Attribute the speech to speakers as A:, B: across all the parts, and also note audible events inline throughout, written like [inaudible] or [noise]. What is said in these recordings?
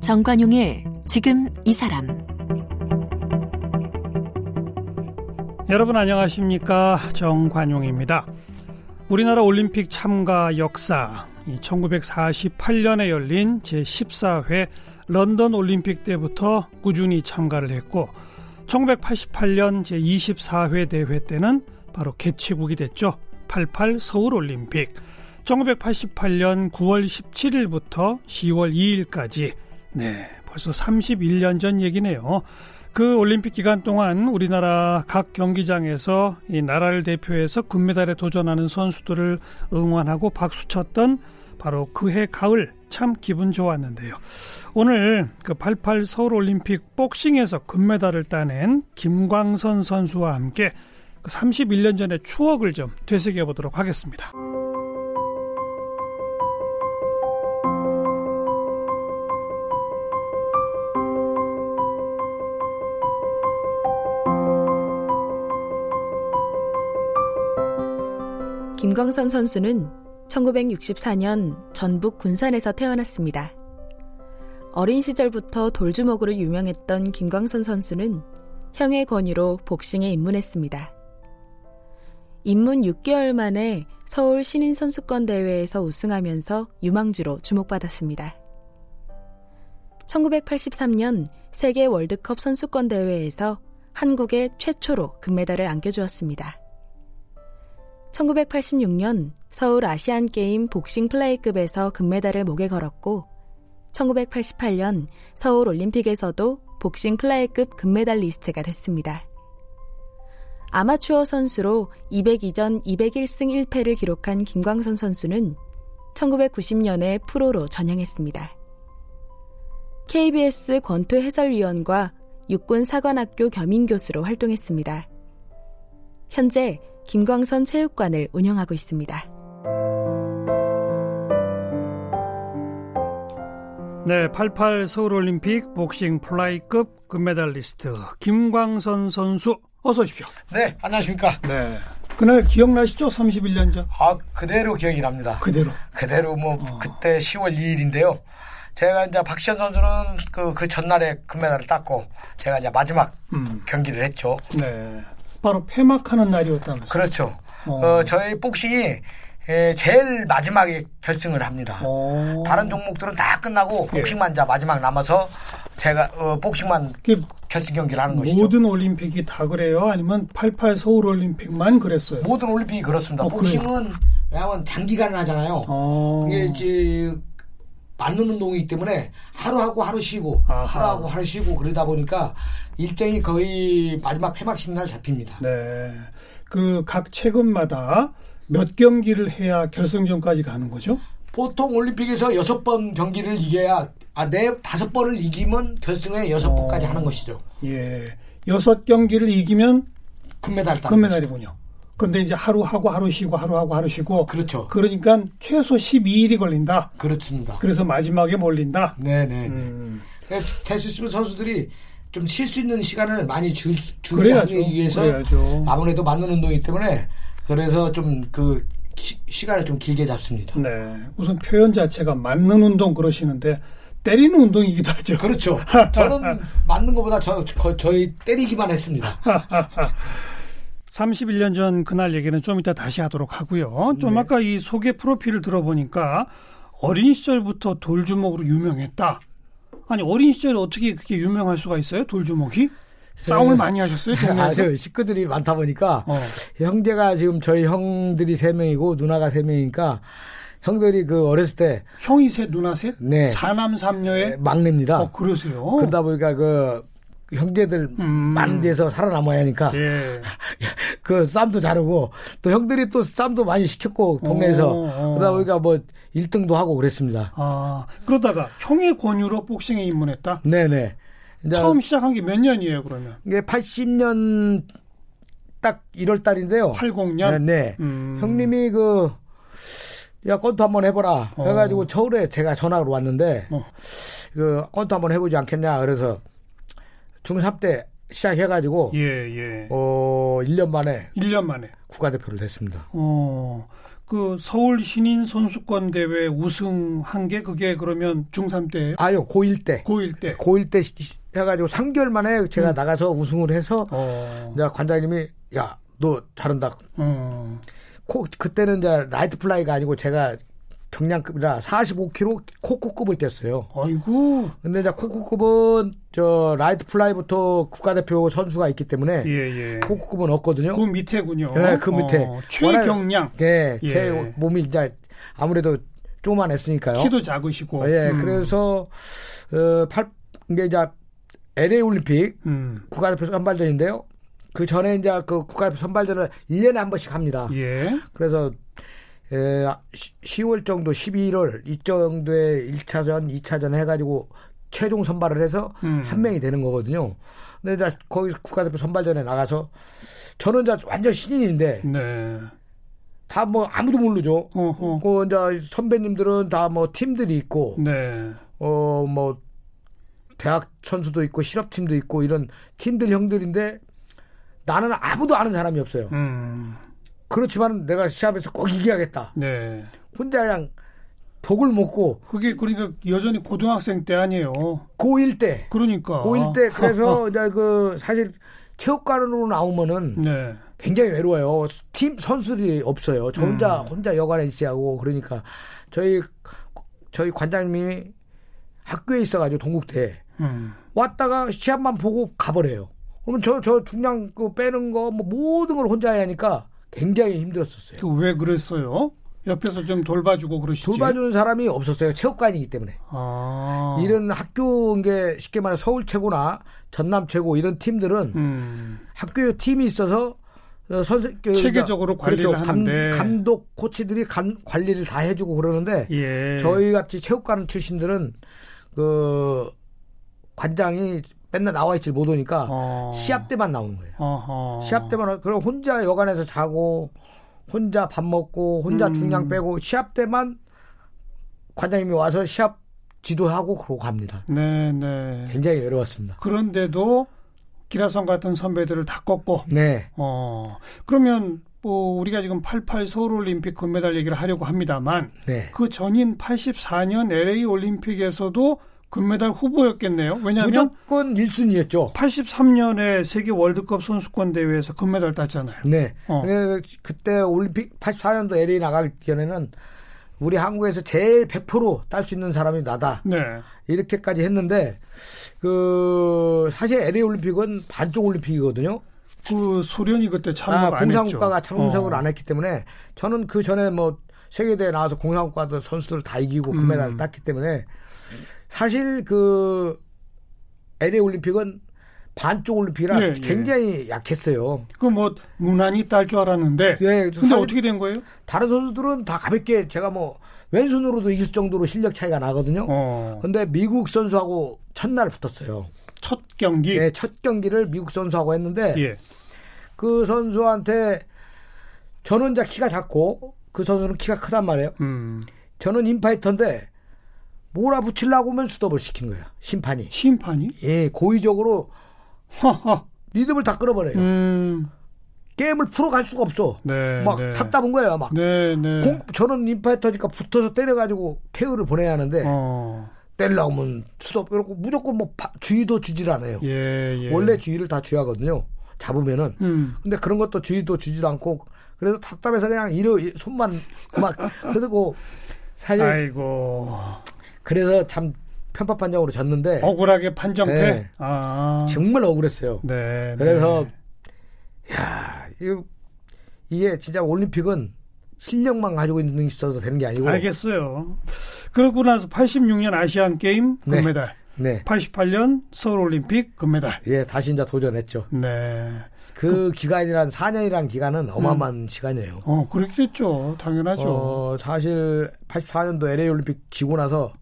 A: 정관용의 지금 이 사람
B: 여러분 안녕하십니까 정관용입니다. 우리나라 올림픽 참가 역사 1948년에 열린 제14회 런던 올림픽 때부터 꾸준히 참가를 했고 1988년 제24회 대회 때는 바로 개최국이 됐죠. 88 서울 올림픽 1988년 9월 17일부터 10월 2일까지 네, 벌써 31년 전 얘기네요. 그 올림픽 기간 동안 우리나라 각 경기장에서 이 나라를 대표해서 금메달에 도전하는 선수들을 응원하고 박수쳤던 바로 그해 가을 참 기분 좋았는데요. 오늘 그 88 서울 올림픽 복싱에서 금메달을 따낸 김광선 선수와 함께 그 31년 전의 추억을 좀 되새겨 보도록 하겠습니다.
C: 김광선 선수는 1964년 전북 군산에서 태어났습니다. 어린 시절부터 돌주먹으로 유명했던 김광선 선수는 형의 권유로 복싱에 입문했습니다. 입문 6개월 만에 서울 신인 선수권 대회에서 우승하면서 유망주로 주목받았습니다. 1983년 세계 월드컵 선수권 대회에서 한국에 최초로 금메달을 안겨주었습니다. 1986년 서울 아시안 게임 복싱 플레이급에서 금메달을 목에 걸었고 1988년 서울 올림픽에서도 복싱 플레이급 금메달 리스트가 됐습니다. 아마추어 선수로 202전 201승 1패를 기록한 김광선 선수는 1990년에 프로로 전향했습니다. KBS 권투 해설위원과 육군 사관학교 겸임 교수로 활동했습니다. 현재 김광선 체육관을 운영하고 있습니다.
B: 네, 88 서울올림픽 복싱 플라이급 금메달리스트 김광선 선수 어서 오십시오.
D: 네, 안녕하십니까.
B: 네. 그날 기억나시죠? 31년 전.
D: 아, 그대로 기억이 납니다.
B: 그대로.
D: 그대로 뭐
B: 어.
D: 그때 10월 2일인데요. 제가 이제 박시현 선수는 그, 그 전날에 금메달을 땄고 제가 이제 마지막
B: 음.
D: 경기를 했죠.
B: 네. 바로 폐막하는 날이었다면서요.
D: 그렇죠.
B: 어.
D: 어, 저희 복싱이 에, 제일 마지막에 결승을 합니다.
B: 어.
D: 다른 종목들은 다 끝나고
B: 예.
D: 복싱만 자 마지막 남아서 제가 어, 복싱만
B: 이게
D: 결승 경기를 하는 것이죠. 모든,
B: 모든 올림픽이 다 그래요? 아니면 88 서울 올림픽만 그랬어요?
D: 뭐? 올림픽이 그렇습니다.
B: 어, 그래요?
D: 복싱은 왜냐하면 장기간을 하잖아요.
B: 어.
D: 그게 이제 맞는 운동이기 때문에 하루하고 하루 쉬고
B: 아하.
D: 하루하고 하루 쉬고 그러다 보니까 일정이 거의 마지막 폐막식 날 잡힙니다.
B: 네. 그 각 체급마다 몇 경기를 해야 결승전까지 가는 거죠?
D: 보통 올림픽에서 여섯 번 경기를 이겨야 아, 네 다섯 번을 이기면 결승에 여섯
B: 어.
D: 번까지 하는 것이죠.
B: 예. 여섯 경기를 이기면
D: 금메달 따는 것이죠.
B: 금메달이군요. 근데 이제 하루하고 하루 쉬고 하루하고 하루 쉬고
D: 그렇죠.
B: 그러니까 최소 12일이 걸린다.
D: 그렇습니다.
B: 그래서 마지막에 몰린다.
D: 네네.
B: 음.
D: 테스스 선수들이 좀 쉴 수 있는 시간을 많이 줄,
B: 그래야죠.
D: 줄이기 위해서
B: 그래야죠.
D: 아무래도 맞는 운동이기 때문에 그래서 좀 그 시간을 좀 길게 잡습니다.
B: 네. 우선 표현 자체가 맞는 운동 그러시는데 때리는 운동이기도 [laughs] 하죠.
D: 그렇죠. 저는 맞는 것보다 저, 거- 저희 때리기만 했습니다.
B: 31년 전 그날 얘기는 좀 이따 다시 하도록 하고요. 좀 아까 이 소개 프로필을 들어보니까 어린 시절부터 돌주먹으로 유명했다. 아니 어린 시절에 어떻게 그렇게 유명할 수가 있어요? 돌주먹이? 싸움을 많이 [laughs] 하셨어요? 동네에서?
D: 아주 식구들이 많다 보니까
B: 어.
D: 형제가 지금 저희 형들이 세 명이고 누나가 세 명이니까 형들이 그 어렸을 때
B: 형이 셋, 누나 셋?
D: 네.
B: 사남 삼녀의
D: 막내입니다.
B: 어 그러세요?
D: 그러다 보니까 그 형제들
B: 음.
D: 많은 데서 살아남아야 하니까
B: 예.
D: 그 쌈도 자르고 또 형들이 또 쌈도 많이 시켰고 동네에서
B: 어, 어.
D: 그러다 보니까 뭐 1등도 하고 그랬습니다.
B: 아 그러다가 형의 권유로 복싱에 입문했다.
D: 네네. 이제
B: 처음 시작한 게 몇 년이에요 그러면?
D: 이게 80년 딱 1월 달인데요.
B: 80년?
D: 네. 네.
B: 음.
D: 형님이 그, 야, 권투 한번 해보라.
B: 어.
D: 해가지고 서울에 제가 전화로 왔는데,
B: 어.
D: 그, 권투 한번 해보지 않겠냐. 그래서 중3 때 시작해가지고
B: 예, 예.
D: 어 1년 만에
B: 1년 만에.
D: 국가대표를 했습니다.
B: 어, 그 서울 신인 선수권 대회 우승한 게 그게 그러면 중3 때,
D: 아유 고1 때
B: 고1 때.
D: 고1 때 시- 시- 해가지고 3개월 만에 제가 나가서 우승을 해서
B: 음. 어,
D: 이제 관장님이 야 너 잘한다.
B: 어,
D: 코, 그때는 이제 라이트 플라이가 아니고 제가 경량급이라 45kg 코코급을 뗐어요.
B: 아이고.
D: 근데 이제 코코급은 저 라이트 플라이부터 국가대표 선수가 있기 때문에
B: 예, 예.
D: 코코급은 없거든요.
B: 그 밑에군요.
D: 예, 네. 그 밑에.
B: 어, 최경량.
D: 예, 제
B: 예.
D: 몸이 이제 아무래도 조만 했으니까요.
B: 키도 작으시고.
D: 예,
B: 음,
D: 그래서 어, 팔 이게 이제 LA 올림픽
B: 음.
D: 국가대표 선발전인데요. 그 전에 이제 그 국가대표 선발전을 1년에 한 번씩 합니다.
B: 예.
D: 그래서 에, 10월 정도, 11월 이 정도에 1차전, 2차전 해가지고 최종 선발을 해서
B: 음.
D: 한 명이 되는 거거든요. 근데 이제 거기 국가대표 선발전에 나가서 저는 이제 완전 신인인데
B: 네.
D: 다 뭐 아무도 모르죠.
B: 어허.
D: 그 이제 선배님들은 다 뭐 팀들이 있고
B: 네.
D: 어 뭐 대학 선수도 있고 실업팀도 있고 이런 팀들 형들인데 나는 아무도 아는 사람이 없어요.
B: 음.
D: 그렇지만 내가 시합에서 꼭 이겨야겠다.
B: 네.
D: 혼자 그냥 독을 먹고
B: 그게 그러니까 여전히 고등학생 때 아니에요.
D: 고1 때,
B: 그러니까.
D: 고1 때 그래서 이제 그 사실 체육관으로
B: [laughs]
D: 나오면은
B: 네.
D: 굉장히 외로워요. 팀 선수들이 없어요. 저 혼자 혼자 여관에 있어야 하고 그러니까 저희 저희 관장님이 학교에 있어가지고 동국대
B: 음.
D: 왔다가 시합만 보고 가버려요. 그러면 저 저 중량 그 빼는 거 뭐 모든 걸 혼자 해야 하니까 굉장히 힘들었었어요.
B: 그 왜 그랬어요? 옆에서 좀 돌봐주고 그러시지.
D: 돌봐주는 사람이 없었어요. 체육관이기 때문에.
B: 아.
D: 이런 학교인 게 쉽게 말해 서울 최고나 전남 최고 이런 팀들은
B: 음.
D: 학교 팀이 있어서 어, 선생 그,
B: 체계적으로 관리를
D: 그렇죠. 감-
B: 하는데.
D: 감독 코치들이 감- 관리를 다 해주고 그러는데
B: 예.
D: 저희 같이 체육관 출신들은 그 관장이 맨날 나와 있질 못 오니까
B: 어.
D: 시합 때만 나오는 거예요.
B: 어허.
D: 시합 때만 그럼 혼자 여관에서 자고 혼자 밥 먹고 혼자
B: 음.
D: 중량 빼고 시합 때만 관장님이 와서 시합 지도하고 그러고 갑니다.
B: 네, 네.
D: 굉장히 외로웠습니다.
B: 그런데도 기라성 같은 선배들을 다 꺾고
D: 네.
B: 어. 그러면 뭐 우리가 지금 88 서울 올림픽 그 금메달 얘기를 하려고 합니다만
D: 네.
B: 그 전인 84년 LA 올림픽에서도 금메달 후보였겠네요. 왜냐하면
D: 무조건 1순위였죠.
B: 83년에 세계 월드컵 선수권 대회에서 금메달 땄잖아요.
D: 네.
B: 어.
D: 근데 그때 올림픽 84년도 LA 나가기 전에는 우리 한국에서 제일 100% 딸 수 있는 사람이 나다.
B: 네.
D: 이렇게까지 했는데 그 사실 LA 올림픽은 반쪽 올림픽이거든요.
B: 그 소련이 그때 참석
D: 아,
B: 안 했죠.
D: 공산국가가 참석을
B: 어.
D: 안 했기 때문에 저는 그 전에 뭐 세계대회 나와서 공산국가도 선수들 다 이기고 그 금메달을
B: 음.
D: 땄기 때문에 사실 그 LA 올림픽은 반쪽 올림픽이라
B: 예, 예.
D: 굉장히 약했어요.
B: 그뭐 무난히 딸 줄 알았는데.
D: 예,
B: 근데
D: 사실-
B: 어떻게 된 거예요?
D: 다른 선수들은 다 가볍게 제가 뭐 왼손으로도 이길 정도로 실력 차이가 나거든요.
B: 어.
D: 근데 미국 선수하고 첫날 붙었어요.
B: 첫 경기.
D: 네, 첫 경기를 미국 선수하고 했는데
B: 예.
D: 그 선수한테 저는 이제 키가 작고 그 선수는 키가 크단 말이에요.
B: 음.
D: 저는 인파이터인데 몰아붙이려고 하면 스톱을 시킨 거예요. 심판이.
B: 심판이?
D: 예, 고의적으로
B: 허허.
D: 리듬을 다 끌어버려요.
B: 음.
D: 게임을 풀어갈 수가 없어.
B: 네.
D: 막
B: 네.
D: 답답한 거예요. 막
B: 네, 네.
D: 공, 저는 인파이터니까 붙어서 때려가지고 케어를 보내야 하는데
B: 어.
D: 때리려면 수도 그렇고 무조건 뭐 파- 주의도 주질 않아요.
B: 예, 예.
D: 원래 주의를 다 주의하거든요. 잡으면은.
B: 음.
D: 근데 그런 것도 주의도 주지도 않고 그래서 답답해서 그냥 이러 이- 손만 막 [laughs] 그리고 사실
B: 아이고.
D: 그래서 참 편파 판정으로 졌는데
B: 억울하게 판정패.
D: 네.
B: 아.
D: 정말 억울했어요.
B: 네.
D: 그래서
B: 네.
D: 야 이- 이게 진짜 올림픽은 실력만 가지고 있는 게 있어서 되는 게 아니고
B: 알겠어요. 그러고 나서 86년 아시안 게임
D: 네.
B: 금메달,
D: 네.
B: 88년 서울 올림픽 금메달.
D: 예, 다시 이제 도전했죠.
B: 네.
D: 그 기간이란 4년이란 기간은 어마어마한 시간이에요.
B: 어, 그렇겠죠. 당연하죠.
D: 어, 사실 84년도 LA 올림픽 지고 나서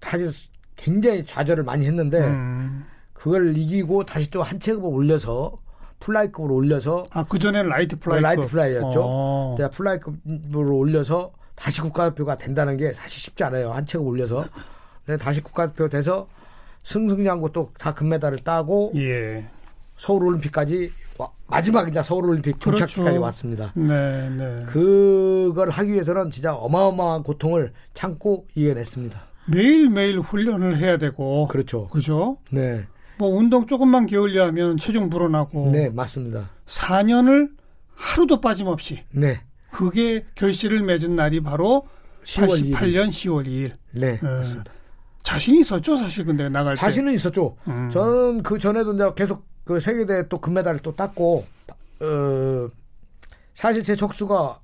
D: 사실 굉장히 좌절을 많이 했는데
B: 음.
D: 그걸 이기고 다시 또 한 체급을 올려서 플라이급으로 올려서
B: 아, 그전에는 라이트 플라이.
D: 라이트 플라이였죠. 네.
B: 어.
D: 제가 플라이급으로 올려서 다시 국가대표가 된다는 게 사실 쉽지 않아요. 한 체급 올려서 근데 다시 국가대표 돼서 승승장구 또 다 금메달을 따고
B: 예.
D: 서울 올림픽까지 와- 마지막 이제 서울 올림픽
B: 그렇죠.
D: 종착지까지 왔습니다.
B: 네, 네.
D: 그걸 하기 위해서는 진짜 어마어마한 고통을 참고 이겨냈습니다.
B: 매일매일 훈련을 해야 되고.
D: 그렇죠.
B: 그죠?
D: 네,
B: 뭐 운동 조금만 게을리하면 체중 불어나고.
D: 네 맞습니다.
B: 4년을 하루도 빠짐없이.
D: 네,
B: 그게 결실을 맺은 날이 바로
D: 10월 2일.
B: 88년 10월 2일.
D: 네
B: 예.
D: 맞습니다.
B: 자신 있었죠, 사실 근데 나갈 때.
D: 자신은 있었죠.
B: 음.
D: 저는 그 전에도 이제 계속 그 세계대회 또 금메달을 또 땄고, 어, 사실 제 척수가,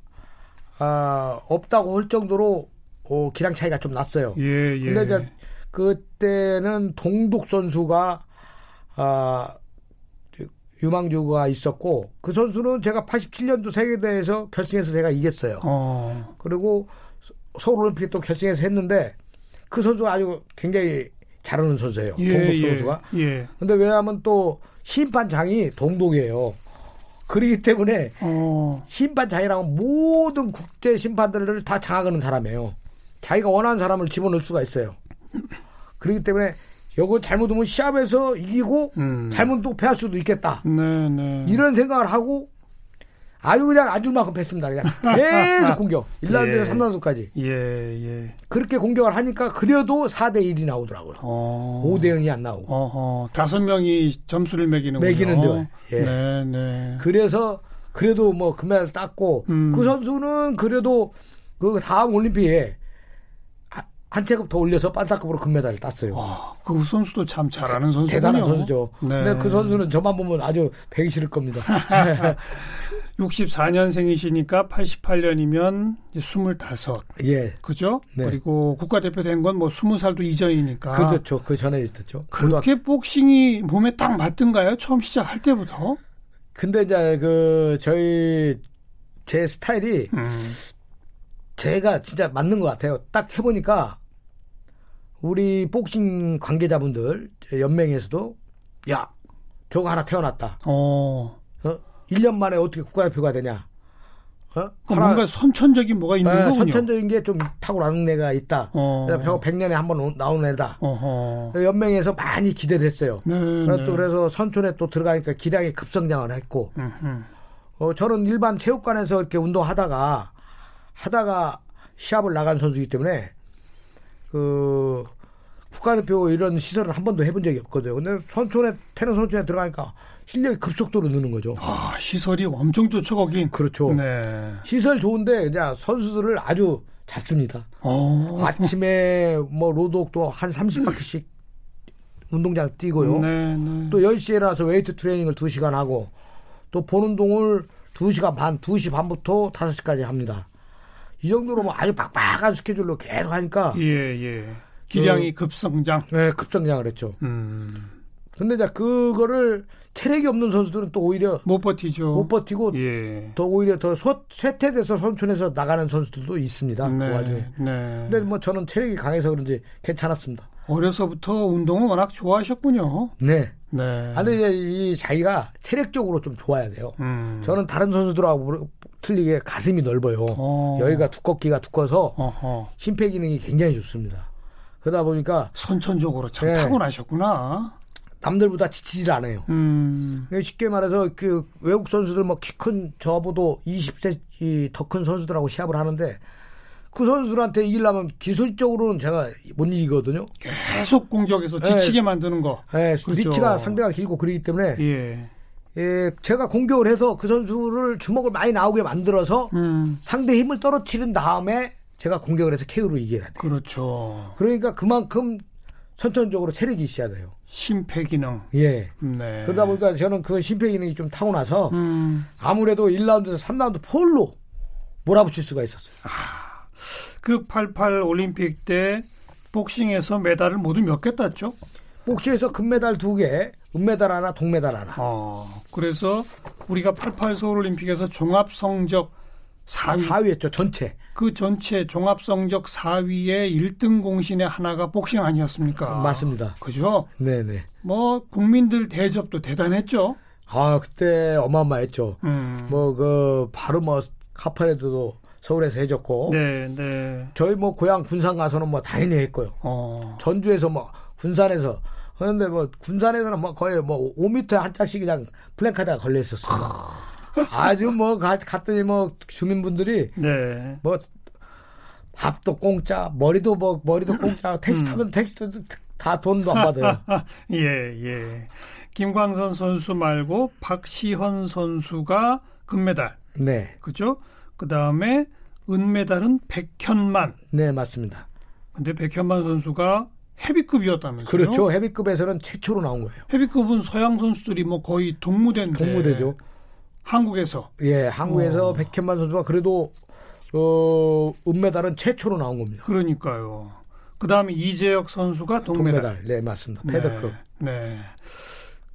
D: 아, 없다고 할 정도로, 어, 기량 차이가 좀 났어요.
B: 예, 예.
D: 근데 이제 그때는 동독 선수가, 아, 저 유망주가 있었고, 그 선수는 제가 87년도 세계대회에서 결승에서 제가 이겼어요.
B: 어. 그리고
D: 서- 서울 올림픽 또 결승에서 했는데, 그 선수가 아주 굉장히 잘하는 선수예요. 동독 선수가.
B: 예. 예.
D: 근데 왜냐하면 또 심판장이 동독이에요. 그러기 때문에
B: 어.
D: 심판장이랑 모든 국제 심판들을 다 장악하는 사람이에요. 자기가 원하는 사람을 집어넣을 수가 있어요. 그렇기 때문에 이거 잘못하면 시합에서 이기고
B: 음.
D: 잘못도 패할 수도 있겠다.
B: 네, 네.
D: 이런 생각을 하고 아주 그냥 아줄만큼 뺐습니다. 그냥 계속 공격. 1라운드에서
B: 예.
D: 3라운드까지.
B: 예, 예.
D: 그렇게 공격을 하니까 그래도 4대1이 나오더라고요. 네.
B: 어.
D: 5대0이 안 나오고.
B: 어허. 다섯 명이 점수를 매기는군요.
D: 매기는데요. 예.
B: 네, 네.
D: 그래서 그래도 뭐 금메달 땄고
B: 음.
D: 그 선수는 그래도 그 다음 올림픽에 한- 한 체급 더 올려서 반타급으로 금메달을 땄어요.
B: 와, 그 선수도 참 잘하는 선수군요.
D: 대단한 선수죠.
B: 네.
D: 근데 그 선수는 저만 보면 아주 배기 싫을
B: [laughs]
D: 겁니다.
B: 64년생이시니까 88년이면 이제 25.
D: 예.
B: 그죠?
D: 네.
B: 그리고 국가대표 된 건 뭐 20살도 이전이니까.
D: 그렇죠. 그 전에 있었죠.
B: 아. 그렇게 복싱이 몸에 딱 맞던가요? 처음 시작할 때부터?
D: 근데 이제 그 저희 제 스타일이
B: 음.
D: 제가 진짜 맞는 것 같아요. 딱 해보니까 우리 복싱 관계자분들 제 연맹에서도 야 저거 하나 태어났다.
B: 어.
D: 어? 1년 만에 어떻게 국가대표가 되냐? 어?
B: 그 뭔가 선천적인 뭐가 있는
D: 예,
B: 거군요.
D: 선천적인 게 좀 탁월한 애가 있다.
B: 어.
D: 그래서 벽 100년에 한 번 나오는 애다.
B: 어허.
D: 연맹에서 많이 기대를 했어요.
B: 네.
D: 그래서
B: 네.
D: 또 그래서 선촌에 또 들어가니까 기량이 급성장을 했고,
B: 음, 음.
D: 어, 저는 일반 체육관에서 이렇게 운동하다가, 하다가 시합을 나간 선수이기 때문에, 그, 국가대표 이런 시설을 한 번도 해본 적이 없거든요. 근데 선촌에, 태릉 선촌에 들어가니까 실력이 급속도로 느는 거죠.
B: 아, 시설이 엄청 좋죠, 거긴.
D: 그렇죠.
B: 네.
D: 시설 좋은데 그냥 선수들을 아주 잡습니다.
B: 어.
D: 아침에 뭐 로드옥도 한 30바퀴씩 운동장 뛰고요.
B: 네, 네.
D: 또 10시에 나서 웨이트 트레이닝을 2시간 하고 또 보는 동을 2시간 반, 2시 반부터 5시까지 합니다. 이 정도로 뭐 아주 빡빡한 스케줄로 계속 하니까
B: 예, 예. 기량이 급성장.
D: 네, 급성장을 했죠.
B: 음.
D: 근데 이제 그거를 체력이 없는 선수들은 또 오히려
B: 못 버티죠.
D: 못 버티고
B: 어. 예.
D: 더 오히려 더 쇠- 쇠퇴돼서 선촌에서 나가는 선수들도 있습니다. 그 와중에.
B: 네.
D: 근데 뭐 저는 체력이 강해서 그런지 괜찮았습니다.
B: 어려서부터 운동을 워낙 좋아하셨군요.
D: 네.
B: 네.
D: 아, 근데 이제 이 자기가 체력적으로 좀 좋아야 돼요.
B: 음.
D: 저는 다른 선수들하고 모르- 틀리게 가슴이 넓어요.
B: 어.
D: 여기가 두껍기가 두꺼서
B: 어허.
D: 심폐 기능이 굉장히 좋습니다. 그러다 보니까
B: 선천적으로 참
D: 네.
B: 타고나셨구나.
D: 남들보다 지치질 않아요. 그러니까
B: 음.
D: 쉽게 말해서 그 외국 선수들 뭐 키 큰 저보다 20cm 더 큰 선수들하고 시합을 하는데 그 선수들한테 이기려면 기술적으로는 제가 못 이기거든요.
B: 계속 공격해서
D: 네.
B: 지치게 만드는 거.
D: 예,
B: 그렇죠.
D: 리치가 상대가 길고 그러기 때문에
B: 예.
D: 예, 제가 공격을 해서 그 선수를 주먹을 많이 나오게 만들어서
B: 음.
D: 상대 힘을 떨어뜨린 다음에 제가 공격을 해서 KO로 이겨야 돼.
B: 그렇죠.
D: 그러니까 그만큼 선천적으로 체력이 있어야 돼요.
B: 심폐 기능.
D: 예.
B: 네.
D: 그러다 보니까 저는 그 심폐 기능이 좀 타고나서
B: 음.
D: 아무래도 1라운드에서 3라운드 폴로 몰아붙일 수가 있었어요.
B: 그 88 올림픽 때 복싱에서 메달을 모두 몇 개 땄죠?
D: 복수에서 금메달 2개, 은메달 하나, 동메달 하나.
B: 어, 그래서 우리가 88 서울 올림픽에서 종합 성적 4위
D: 4위 했죠, 전체.
B: 그 전체 종합 성적 4위의 1등 공신의 하나가 복싱 아니었습니까?
D: 맞습니다.
B: 그죠?
D: 네네.
B: 뭐 국민들 대접도 대단했죠.
D: 아, 그때 어마어마했죠.
B: 음.
D: 뭐, 그, 바로 뭐, 카파레드도 서울에서 해줬고.
B: 네, 네.
D: 저희 뭐, 고향 군산 가서는 뭐, 당연히 했고요.
B: 어.
D: 전주에서 뭐 군산에서 그런데 뭐 군산에서는 뭐 거의 뭐 5미터 한 짝씩 그냥 플랜카드가 걸려
B: [laughs]
D: 있었어요. 아주 뭐 가- 갔더니 뭐 주민분들이
B: 네.
D: 뭐 밥도 공짜, 머리도 뭐 머리도
B: 음.
D: 공짜, 택시 타면 택시도 다 돈도
B: [laughs]
D: 안 받아요.
B: 예, 예. 김광선 선수 말고 박시현 선수가 금메달.
D: 네,
B: 그죠? 그다음에 은메달은 백현만.
D: 네 맞습니다.
B: 근데 백현만 선수가 헤비급이었다면서요?
D: 그렇죠. 헤비급에서는 최초로 나온 거예요.
B: 헤비급은 서양 선수들이 뭐 거의 동무대인데
D: 동무대죠.
B: 한국에서
D: 예,
B: 어.
D: 한국에서 백현만 선수가 그래도 어, 은메달은 최초로 나온 겁니다.
B: 그러니까요. 그다음에 이재혁 선수가 동메달.
D: 동메달. 네, 맞습니다.
B: 네,
D: 패더급.
B: 네.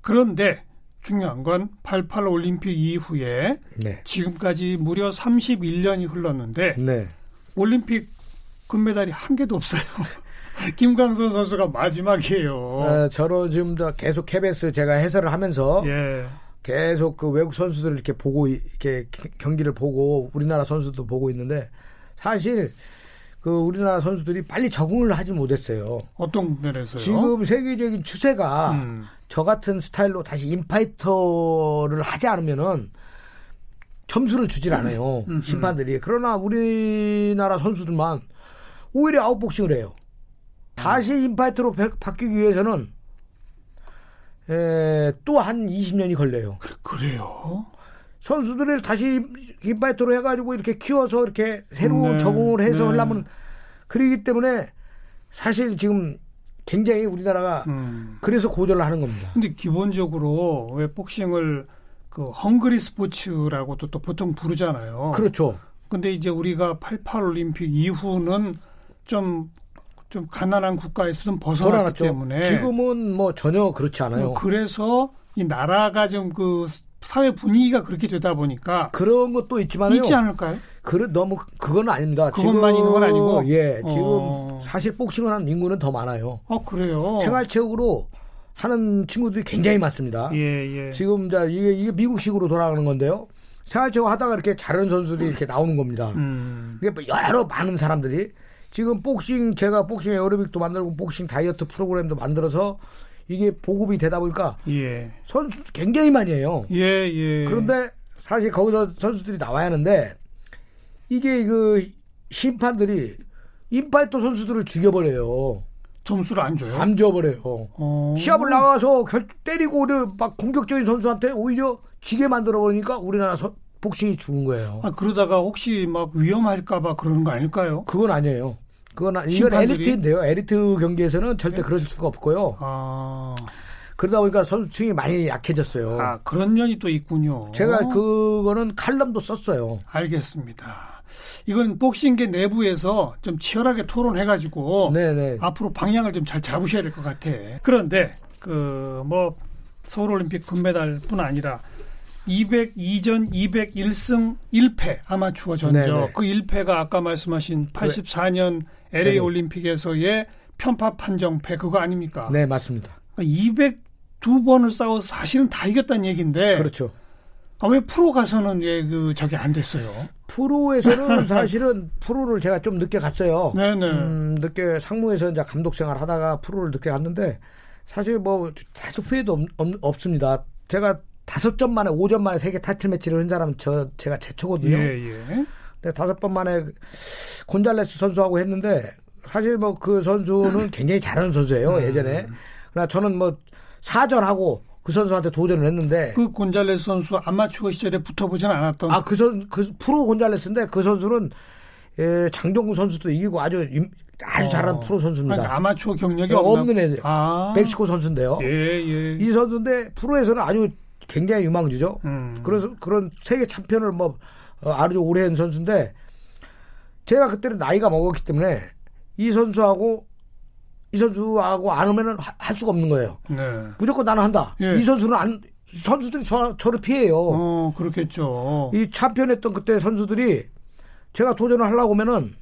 B: 그런데 중요한 건 88 올림픽 이후에
D: 네.
B: 지금까지 무려 31년이 흘렀는데
D: 네.
B: 올림픽 금메달이 한 개도 없어요. [laughs] 김광선 선수가 마지막이에요.
D: 어, 저로 지금 더 계속 KBS 제가 해설을 하면서
B: 예.
D: 계속 그 외국 선수들을 이렇게 보고 이- 이렇게 기- 경기를 보고 우리나라 선수도 보고 있는데 사실 그 우리나라 선수들이 빨리 적응을 하지 못했어요.
B: 어떤 면에서요?
D: 지금 세계적인 추세가
B: 음.
D: 저 같은 스타일로 다시 인파이터를 하지 않으면은 점수를
B: 음.
D: 주질 않아요 심판들이 그러나 우리나라 선수들만 오히려 아웃복싱을 해요 다시
B: 음.
D: 인파이터로 바- 바뀌기 위해서는 또 한 20년이 걸려요
B: 그래요.
D: 선수들을 다시 인파이터로 해가지고 이렇게 키워서 이렇게 새로
B: 네,
D: 운 적응을 해서
B: 네.
D: 하려면 그러기 때문에 사실 지금 굉장히 우리나라가
B: 음.
D: 그래서 고전을 하는 겁니다.
B: 근데 기본적으로 왜 복싱을 그 헝그리 스포츠라고도 또 보통 부르잖아요.
D: 그렇죠.
B: 근데 이제 우리가 88 올림픽 이후는 좀 좀 가난한 국가에서 좀 벗어났기
D: 돌아놨죠.
B: 때문에
D: 지금은 뭐 전혀 그렇지 않아요.
B: 어, 그래서 이 나라가 좀 그 사회 분위기가 그렇게 되다 보니까
D: 그, 런 것도 있지만요.
B: 있지 않을까요?
D: 그런 너무 뭐 그건 아닙니다.
B: 그것만
D: 지금-
B: 있는 건 아니고?
D: 예, 지금
B: 어.
D: 사실 복싱을 하는 인구는 더 많아요.
B: 어 그래요.
D: 생활체육으로 하는 친구들이 굉장히 많습니다.
B: 예 예.
D: 지금 자 이게, 이게 미국식으로 돌아가는 건데요. 생활체육 하다가 이렇게 잘하는 선수들이 이렇게 나오는 겁니다.
B: 음.
D: 이게 뭐 여러 많은 사람들이 지금 복싱 제가 복싱 에어로빅도 만들고 복싱 다이어트 프로그램도 만들어서 이게 보급이 되다 보니까
B: 예.
D: 선수 굉장히 많이 해요.
B: 예, 예.
D: 그런데 사실 거기서 선수들이 나와야 하는데 이게 그 심판들이 인파이터 선수들을 죽여버려요.
B: 점수를 안 줘요?
D: 안 줘버려요.
B: 어.
D: 시합을 나가서 결- 때리고 오히려 막 공격적인 선수한테 오히려 지게 만들어 버리니까 우리나라 선- 복싱이 죽은 거예요.
B: 아, 그러다가 혹시 막 위험할까봐 그러는 거 아닐까요?
D: 그건 아니에요. 그건 아- 이건
B: 심판들이? 예.
D: 엘리트인데요. 엘리트 경기에서는 절대 그럴 수가 없고요.
B: 아,
D: 그러다 보니까 선수층이 많이 약해졌어요.
B: 아 그런 면이 또 있군요.
D: 제가 그거는 칼럼도 썼어요.
B: 알겠습니다. 이건 복싱계 내부에서 좀 치열하게 토론해가지고
D: 네네.
B: 앞으로 방향을 좀 잘 잡으셔야 될 것 같아. 그런데 그 뭐 서울올림픽 금메달뿐 아니라 202전 201승 1패 아마추어 전적
D: 네네. 네.
B: 그 1패가 아까 말씀하신 84년 LA
D: 네네.
B: 올림픽에서의 편파 판정패 그거 아닙니까?
D: 네 맞습니다.
B: 202번을 싸워서 사실은 다 이겼다는 얘기인데
D: 그렇죠.
B: 아, 왜 프로 가서는 왜 그 저게 안 됐어요? [laughs]
D: 프로에서는 사실은 프로를 제가 좀 늦게 갔어요.
B: 네네.
D: 음, 늦게 상무에서 이제 감독 생활 하다가 프로를 늦게 갔는데 사실 뭐 다소 후회도 없, 습니다 제가 다섯 점 만에 오점 만에 세계 타이틀 매치를 한 사람은 저 제가 제초거든요.
B: 예예.
D: 근데 다섯 번 만에 곤잘레스 선수하고 했는데 사실 뭐 그
B: 음.
D: 선수는 굉장히 잘하는 선수예요 예전에. 그러나 저는 뭐 사전하고 그 선수한테 도전을 했는데
B: 그 곤잘레스 선수 아마추어 시절에 붙어보진 않았던.
D: 아, 그 선, 그 프로 곤잘레스인데 그 선수는 예, 장정구 선수도 이기고 아주 임- 아주 잘하는 프로 선수입니다.
B: 그러니까 아마추어 경력이
D: 어,
B: 없나?
D: 없는 애들.
B: 아.
D: 멕시코 선수인데요.
B: 예예.
D: 이 선수인데 프로에서는 아주 굉장히 유망주죠.
B: 음.
D: 그래서 그런 세계 챔피언을 뭐 어, 아주 오래 한 선수인데 제가 그때는 나이가 먹었기 때문에 이 선수하고 이 선수하고 안 하면은 하- 할 수가 없는 거예요.
B: 네.
D: 무조건 나는 한다.
B: 예.
D: 이 선수는 안 선수들이 저, 저를 피해요.
B: 어 그렇겠죠.
D: 이 참편했던 그때 선수들이 제가 도전을 하려고 하면은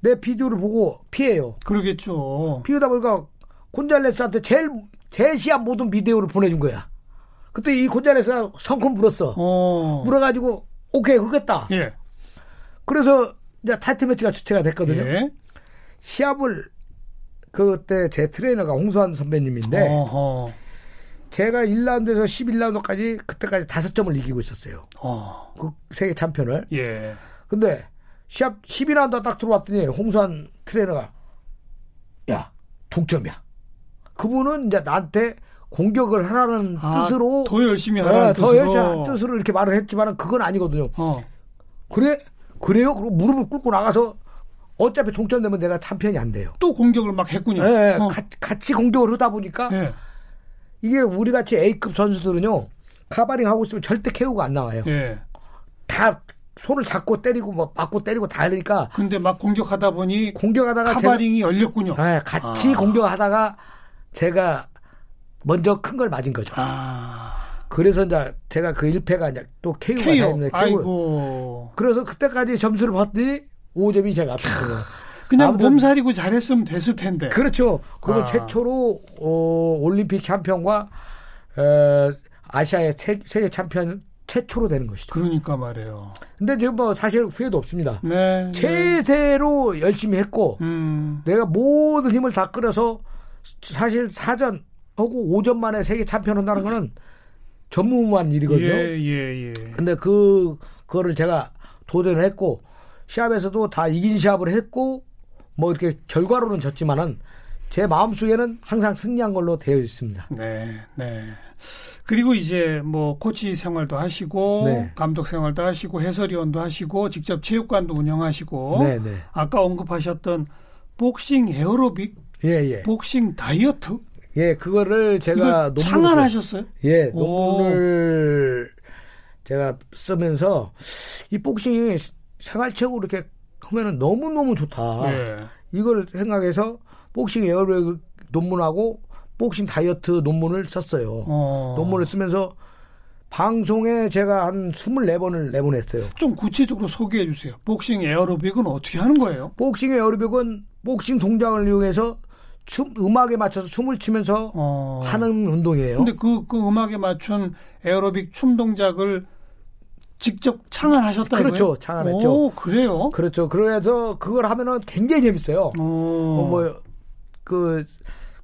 D: 내 비디오를 보고 피해요.
B: 그러겠죠.
D: 피우다 보니까 곤잘레스한테 제일 제시한 모든 비디오를 보내준 거야. 그때 이 곤잘레스가 성큼 물었어.
B: 어.
D: 물어가지고 오케이 그겠다.
B: 예.
D: 그래서 이제 타이틀 매치가 주최가 됐거든요.
B: 예.
D: 시합을 그때 제 트레이너가 홍수환 선배님인데
B: 어허.
D: 제가 1라운드에서 11라운드까지 그때까지 다섯 점을 이기고 있었어요.
B: 어.
D: 그 세계 챔피언을.
B: 예.
D: 근데 시합 12라운드 딱 들어왔더니 홍수환 트레이너가 야 동점이야. 그분은 이제 나한테 공격을 하라는
B: 아,
D: 뜻으로
B: 더 열심히
D: 예,
B: 하라는
D: 더
B: 뜻으로.
D: 열심히 하라는 뜻으로 이렇게 말을 했지만 그건 아니거든요.
B: 어.
D: 그래 그래요? 그리고 무릎을 꿇고 나가서 어차피 동점되면 내가 챔피언이 안 돼요.
B: 또 공격을 막 했군요.
D: 예,
B: 어.
D: 같이, 같이 공격을 하다 보니까
B: 예.
D: 이게 우리 같이 A급 선수들은요 카바링 하고 있으면 절대 KO가 안 나와요.
B: 예.
D: 다 손을 잡고 때리고 뭐 맞고 때리고 다 하니까
B: 근데 막 공격하다 보니
D: 아, 공격하다가
B: 카바링이 열렸군요.
D: 제가, 네, 같이
B: 아.
D: 공격하다가 제가 먼저 큰 걸 맞은 거죠.
B: 아.
D: 그래서 이제 제가 그 1패가 이제 또 KO가
B: 케이오.
D: 됐는데
B: 아이고.
D: 그래서 그때까지 점수를 봤더니 5점이 제가 앞선 거예요.
B: 그냥
D: 아무튼-
B: 몸살이고 잘했으면 됐을 텐데.
D: 그렇죠. 그리고
B: 네. 아.
D: 최초로 어, 올림픽 챔피언과 에, 아시아의 세, 세계 챔피언 최초로 되는 것이죠.
B: 그러니까 말이에요.
D: 근데 지금 뭐 사실 후회도 없습니다.
B: 네. 네.
D: 최대로 열심히 했고
B: 음.
D: 내가 모든 힘을 다 끌어서 사실 사전 하고 오전 만에 세계 챔피언 한다는 거는 전무후무한
B: 예,
D: 일이거든요.
B: 예, 예.
D: 근데 그 그거를 제가 도전을 했고 시합에서도 다 이긴 시합을 했고 뭐 이렇게 결과로는 졌지만은 제 마음속에는 항상 승리한 걸로 되어 있습니다.
B: 네, 네. 그리고 이제 뭐 코치 생활도 하시고
D: 네.
B: 감독 생활도 하시고 해설위원도 하시고 직접 체육관도 운영하시고
D: 네, 네.
B: 아까 언급하셨던 복싱 에어로빅,
D: 예, 예.
B: 복싱 다이어트
D: 예, 그거를 제가
B: 이걸
D: 논문을
B: 창안하셨어요?
D: 예,
B: 오.
D: 논문을 제가 쓰면서 이 복싱이 생활체육으로 이렇게 하면은 너무너무 좋다.
B: 예.
D: 이걸 생각해서 복싱 에어로빅 논문하고 복싱 다이어트 논문을 썼어요.
B: 어.
D: 논문을 쓰면서 방송에 제가 한 24번을 내보냈어요.
B: 좀 구체적으로 소개해 주세요. 복싱 에어로빅은 어떻게 하는 거예요?
D: 복싱의 어리벽은 복싱 동작을 이용해서 춤 음악에 맞춰서 춤을 추면서
B: 어.
D: 하는 운동이에요.
B: 근데 그, 그 음악에 맞춘 에어로빅 춤 동작을 직접 창안하셨다 이거예요?
D: 그렇죠. 창안했죠.
B: 오, 그래요?
D: 그렇죠. 그래서 그걸 하면은 굉장히 재밌어요.
B: 어.
D: 뭐, 뭐그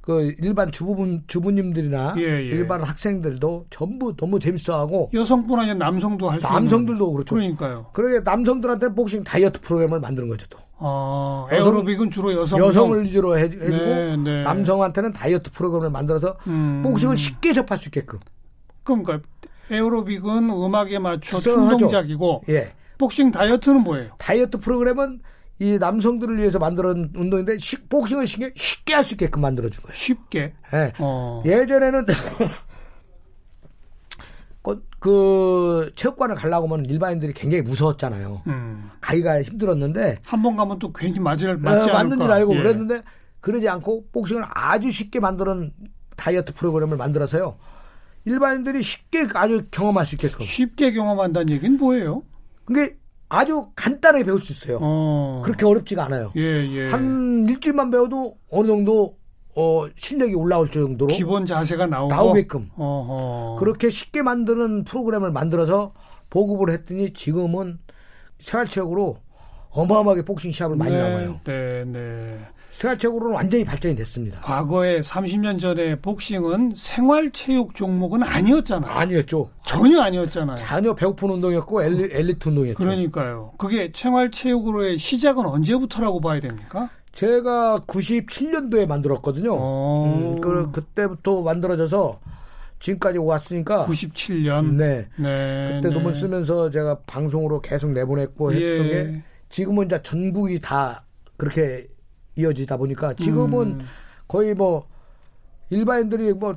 D: 그 일반 주부분 주부님들이나
B: 예, 예.
D: 일반 학생들도 전부 너무 재밌어하고
B: 여성뿐 아니라 남성도 할 수 있는
D: 남성들도 그렇죠.
B: 그러니까요.
D: 그러게 남성들한테 복싱 다이어트 프로그램을 만드는 거죠. 또.
B: 아,
D: 여성-
B: 에어로빅은 주로 여성
D: 여성을 위주로 해, 해주고
B: 네, 네.
D: 남성한테는 다이어트 프로그램을 만들어서
B: 음.
D: 복싱을 쉽게 접할 수 있게끔.
B: 그러니까 에어로빅은 음악에 맞춰
D: 그래서
B: 춤
D: 하죠.
B: 동작이고
D: 예.
B: 복싱 다이어트는 뭐예요?
D: 다이어트 프로그램은 이 남성들을 위해서 만들어진 운동인데 시- 복싱을 쉽게, 쉽게 할 수 있게끔 만들어준 거예요.
B: 쉽게.
D: 예.
B: 어.
D: 예전에는 [laughs] 그- 그 체육관을 가려고 하면 일반인들이 굉장히 무서웠잖아요.
B: 음.
D: 가기가 힘들었는데
B: 한 번 가면 또 괜히 맞을 맞지
D: 어, 맞는
B: 않을까.
D: 줄 알고
B: 예.
D: 그랬는데 그러지 않고 복싱을 아주 쉽게 만드는 다이어트 프로그램을 만들어서요. 일반인들이 쉽게 아주 경험할 수 있게끔.
B: 쉽게 경험한다는 얘기는 뭐예요?
D: 그게 아주 간단하게 배울 수 있어요.
B: 어.
D: 그렇게 어렵지가 않아요.
B: 예, 예.
D: 한 일주일만 배워도 어느 정도 어, 실력이 올라올 정도로
B: 기본 자세가 나오고
D: 나오게끔.
B: 어허.
D: 그렇게 쉽게 만드는 프로그램을 만들어서 보급을 했더니 지금은 생활체육으로 어마어마하게 복싱 시합을 많이
B: 네,
D: 나와요.
B: 네, 네.
D: 생활체육으로는 완전히 발전이 됐습니다.
B: 과거에 30년 전에 복싱은 생활체육 종목은 아니었잖아요.
D: 아니었죠.
B: 전혀 아니었잖아요.
D: 전혀 배고픈 운동이었고 엘리, 엘리트 운동이었죠.
B: 그러니까요. 그게 생활체육으로의 시작은 언제부터라고 봐야 됩니까?
D: 제가 97년도에 만들었거든요.
B: 어.
D: 음, 그, 그때부터 만들어져서 지금까지 왔으니까
B: 97년.
D: 네. 뭐
B: 네,
D: 그때
B: 네.
D: 논문 쓰면서 제가 방송으로 계속 내보냈고 했던
B: 예.
D: 게 지금은 이제 전국이 다 그렇게 이어지다 보니까
B: 음.
D: 지금은 거의 뭐 일반인들이 뭐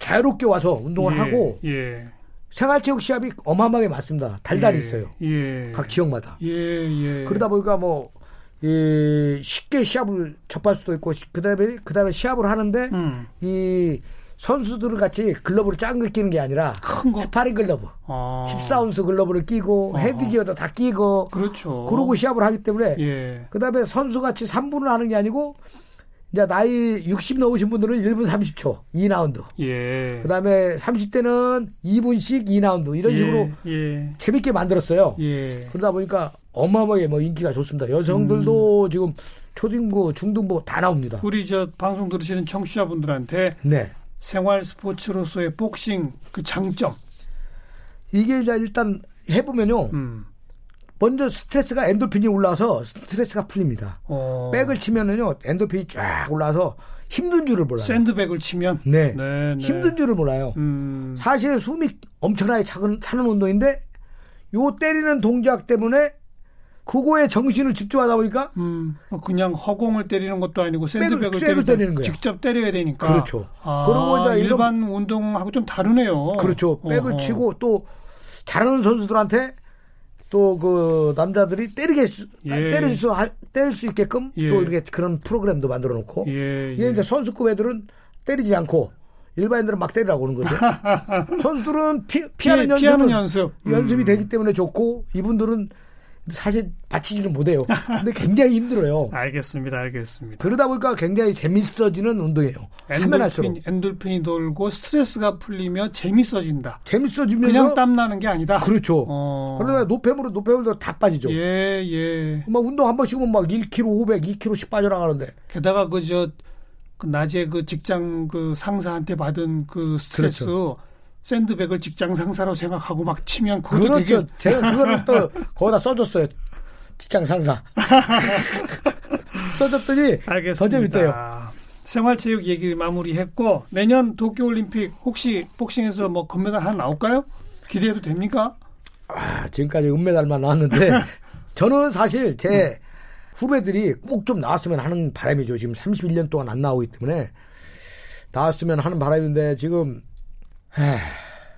D: 자유롭게 와서 운동을
B: 예,
D: 하고
B: 예.
D: 생활체육 시합이 어마어마하게 많습니다. 달달이
B: 예,
D: 있어요.
B: 예.
D: 각 지역마다.
B: 예, 예.
D: 그러다 보니까 뭐 이, 쉽게 시합을 접할 수도 있고 시- 그다음에 그다음에 시합을 하는데
B: 음.
D: 이 선수들은 같이 글러브를 작은 걸 끼는 게 아니라
B: 큰 거.
D: 스파링 글러브.
B: 아.
D: 14온스 글러브를 끼고
B: 어.
D: 헤드기어도 다 끼고
B: 그렇죠.
D: 그러고 시합을 하기 때문에
B: 예.
D: 그다음에 선수같이 3분을 하는 게 아니고 이제 나이 60 넘으신 분들은 1분 30초 2라운드.
B: 예.
D: 그다음에 30대는 2분씩 2라운드 이런
B: 예,
D: 식으로
B: 예.
D: 재밌게 만들었어요.
B: 예.
D: 그러다 보니까 어마어마하게 뭐 인기가 좋습니다.
B: 음.
D: 여성들도 지금 초등부, 중등부 다 나옵니다.
B: 우리 저 방송 들으시는 청취자분들한테
D: 네.
B: 생활 스포츠로서의 복싱 그 장점.
D: 이게 이제 일단 해보면요.
B: 음.
D: 먼저 스트레스가 엔돌핀이 올라와서 스트레스가 풀립니다.
B: 어,
D: 백을 치면은요. 엔돌핀이 쫙 올라와서 힘든 줄을 몰라요.
B: 샌드백을 치면
D: 네.
B: 네, 네.
D: 힘든 줄을 몰라요.
B: 음.
D: 사실 숨이 엄청나게 차근, 차는 운동인데 요 때리는 동작 때문에 그거에 정신을 집중하다 보니까
B: 음, 어, 그냥 허공을 때리는 것도 아니고
D: 백을
B: 샌드백을 때릴
D: 때리는
B: 때는
D: 거예요.
B: 직접 때려야 되니까.
D: 그렇죠.
B: 아,
D: 그러고 이제
B: 일반 운동하고 좀 다르네요.
D: 그렇죠. 백을
B: 어허.
D: 치고 또 잘하는 선수들한테 또 그 남자들이 때리게 수-
B: 예.
D: 때릴 수 하- 때릴 수 있게끔
B: 예.
D: 또 이렇게 그런 프로그램도 만들어 놓고
B: 예,
D: 이게
B: 예.
D: 이제 선수급 애들은 때리지 않고 일반인들은 막 때리라고
B: [laughs]
D: 하는 거죠. 선수들은 피, 피하는
B: 피해-
D: 연습
B: 피하는 연습. 음.
D: 연습이 되기 때문에 좋고 이분들은 사실 맞히지는 못해요. 근데 굉장히
B: [laughs]
D: 힘들어요.
B: 알겠습니다. 알겠습니다.
D: 그러다 보니까 굉장히 재밌어지는 운동이에요. 하면 할수록
B: 엔돌핀, 엔돌핀이 돌고 스트레스가 풀리며 재밌어진다.
D: 재밌어지면서
B: 그냥 땀 나는 게 아니다.
D: 그렇죠.
B: 어.
D: 그러면 노폐물은 노폐물도 다 빠지죠.
B: 예, 예.
D: 막 운동 한 번씩은 막 1kg, 500, 2kg씩 빠져나가는데
B: 게다가 그저 그 낮에 그 직장 그 상사한테 받은 그 스트레스
D: 그렇죠.
B: 샌드백을 직장 상사로 생각하고 막 치면 그것도
D: 그렇죠.
B: 되게
D: 제가 그거를
B: [laughs]
D: 또 거기다 써줬어요. 직장 상사 써줬더니 더 재밌대요.
B: 알겠습니다. 생활체육 얘기 마무리했고 내년 도쿄올림픽 혹시 복싱에서 뭐 금메달 하나 나올까요? 기대해도 됩니까?
D: 아, 지금까지
B: [laughs]
D: 은메달만 나왔는데 저는 사실 제
B: 음.
D: 후배들이 꼭 좀 나왔으면 하는 바람이죠. 지금 31년 동안 안 나오기 때문에 나왔으면 하는 바람인데 지금 에휴,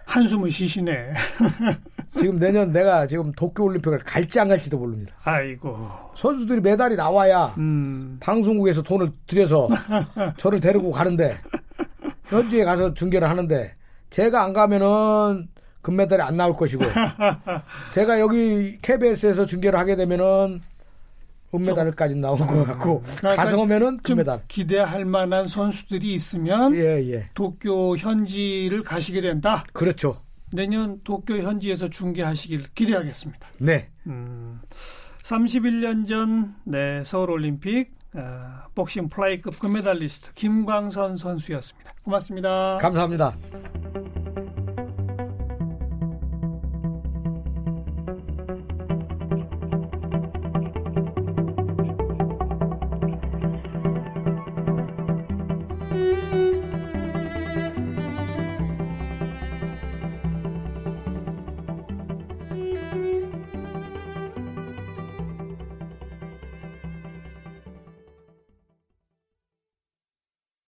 B: 한숨을 쉬시네. [laughs]
D: 지금 내년 내가 지금 도쿄올림픽을 갈지 안 갈지도 모릅니다.
B: 아이고.
D: 선수들이 메달이 나와야
B: 음.
D: 방송국에서 돈을
B: [laughs]
D: 들여서 저를 데리고 가는데 현지에 가서 중계를 하는데 제가 안 가면은 금메달이 안 나올 것이고 제가 여기 KBS에서 중계를 하게 되면은 은메달까지 나올 것 같고
B: 그러니까
D: 가서 오면은
B: 좀
D: 금메달
B: 기대할 만한 선수들이 있으면
D: 예예
B: 도쿄 현지를 가시게 된다.
D: 그렇죠
B: 내년 도쿄 현지에서 중계하시길 기대하겠습니다.
D: 네
B: 음, 31년 전 네, 서울올림픽 어, 복싱 플라이급 금메달리스트 김광선 선수였습니다. 고맙습니다.
D: 감사합니다.